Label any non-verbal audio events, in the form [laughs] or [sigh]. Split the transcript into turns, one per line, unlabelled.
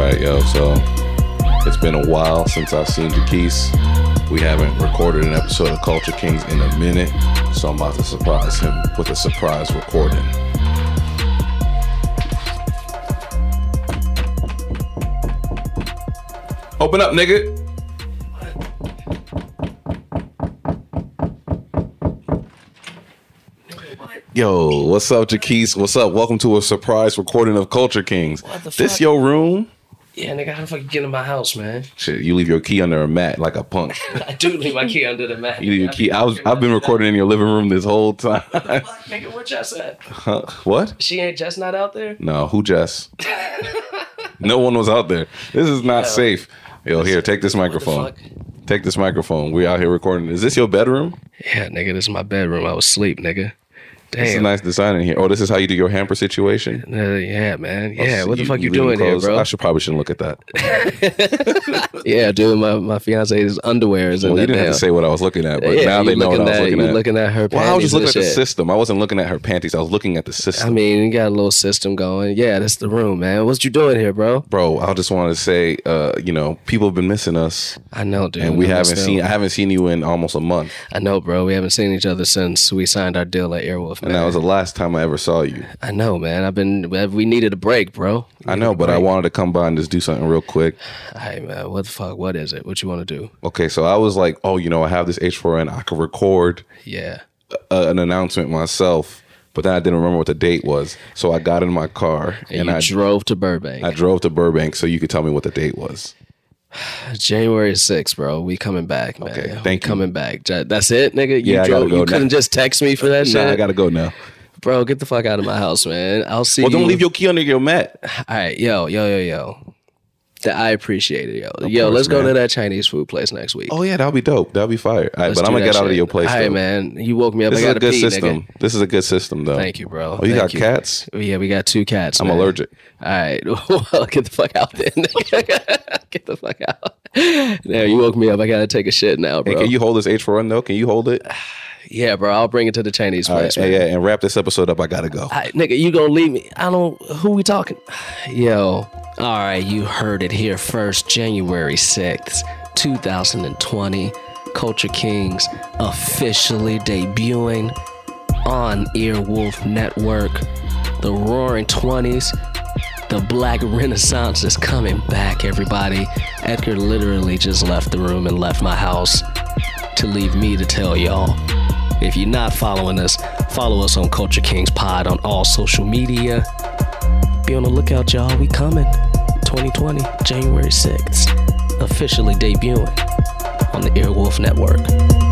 ago. So it's been a while since I've seen Jaquise. We haven't recorded an episode of Culture Kings in a minute, so I'm about to surprise him with a surprise recording. Open up, nigga. Yo, what's up, Jaquise? What's up? Welcome to a surprise recording of Culture Kings.
What the
This
fuck?
your room?
Yeah, nigga, how the fuck you get in my house, man? [laughs]
Shit, you leave your key under a mat like a punk.
I do leave my key under the
[laughs]
mat.
You leave your key. I was. I've been recording in your living room this whole time. [laughs]
Fuck, nigga, where Jess at?
Huh? What?
She ain't Jess not out there?
No, who just? no one was out there. This is not
Yeah.
safe. Yo, here, take this microphone.
fuck?
Take this microphone. We out here recording. Is this your bedroom?
Yeah, nigga, this is my bedroom. I was asleep, nigga.
It's a
Damn.
nice design in here. Oh, this is how you do your hamper situation.
Uh, yeah, man. Yeah,
Oh,
what the fuck you,
leave them
doing here,
closed?
bro?
I should probably shouldn't look at that.
Yeah, dude, my, my fiance's underwear is in
Well, you
that
didn't have
damn-
to say what I was looking at, but
yeah,
now
you
they know what
looking
I was
at,
looking
you
at.
looking at her panties
well, I was just
and
looking at the
shit.
system. I wasn't looking at her panties. I was looking at the system.
I mean, you got a little system going. Yeah, that's the room, man. What you doing here, bro?
bro, I just want to say, uh, you know, people have been missing us,
I know, dude.
and we
I know
haven't
still.
seen. I haven't seen you in almost a month,
I know, bro. We haven't seen each other since we signed our deal at Airwolf, man.
and that was the last time I ever saw you.
I know, man. I've been. uh, We needed a break, bro.
I know, but I wanted to come by and just do something real quick.
Hey, man. What the fuck? What is it? What you want to do?
Okay, so I was like, oh, you know, I have this H4n. I could record
Yeah.
uh, an announcement myself, but then I didn't remember what the date was, so I got in my car and
And, you
I.
drove to Burbank,
I drove to Burbank so you could tell me what the date was.
January 6th, bro. We coming back, man.
Okay,
we
thank you.
coming back. Ja- That's it, nigga. You
Yeah, I gotta
drove.
go
you
now.
couldn't just text me for that shit,
Nah, I gotta go now.
bro. Get the fuck out of my house, man. I'll see.
Well,
you.
don't leave your key under your mat.
All right, yo, yo, yo, yo. Th- I appreciate it, yo. yo,
course,
let's go
man.
to that Chinese food place next week.
Oh yeah, that'll be dope. That'll be fire. All right,
Let's
but
do
I'm gonna
that
get out of
shit.
your place.
All right,
though.
man. You woke me up.
This
I
is
got
a good
pee,
system.
Nigga.
This is a good system, though.
Thank you, bro.
Oh, you
Thank
got cats?
Yeah, we got two cats.
I'm
man.
allergic.
All right, [laughs] well, get the fuck out then. [laughs] get the fuck out. Now you woke me up. I gotta take a shit now,
Hey,
bro.
can you hold this H4N though? Can you hold
[sighs]
it?
yeah, bro. I'll bring it to the Chinese
All
place,
right,
man. Ah,
yeah, and wrap this episode up. I gotta go.
All right, nigga, you gonna leave me? I don't. Who we talking? [sighs] Yo. All right, you heard it here first. January sixth, two thousand and twenty. Culture Kings officially debuting on Earwolf Network. The Roaring Twenties. The Black Renaissance is coming back, everybody. Edgar literally just left the room and left my house to leave me to tell y'all. If you're not following us, follow us on Culture Kings Pod on all social media. Be on the lookout, y'all. We coming. 2020, January 6th, officially debuting on the Earwolf Network.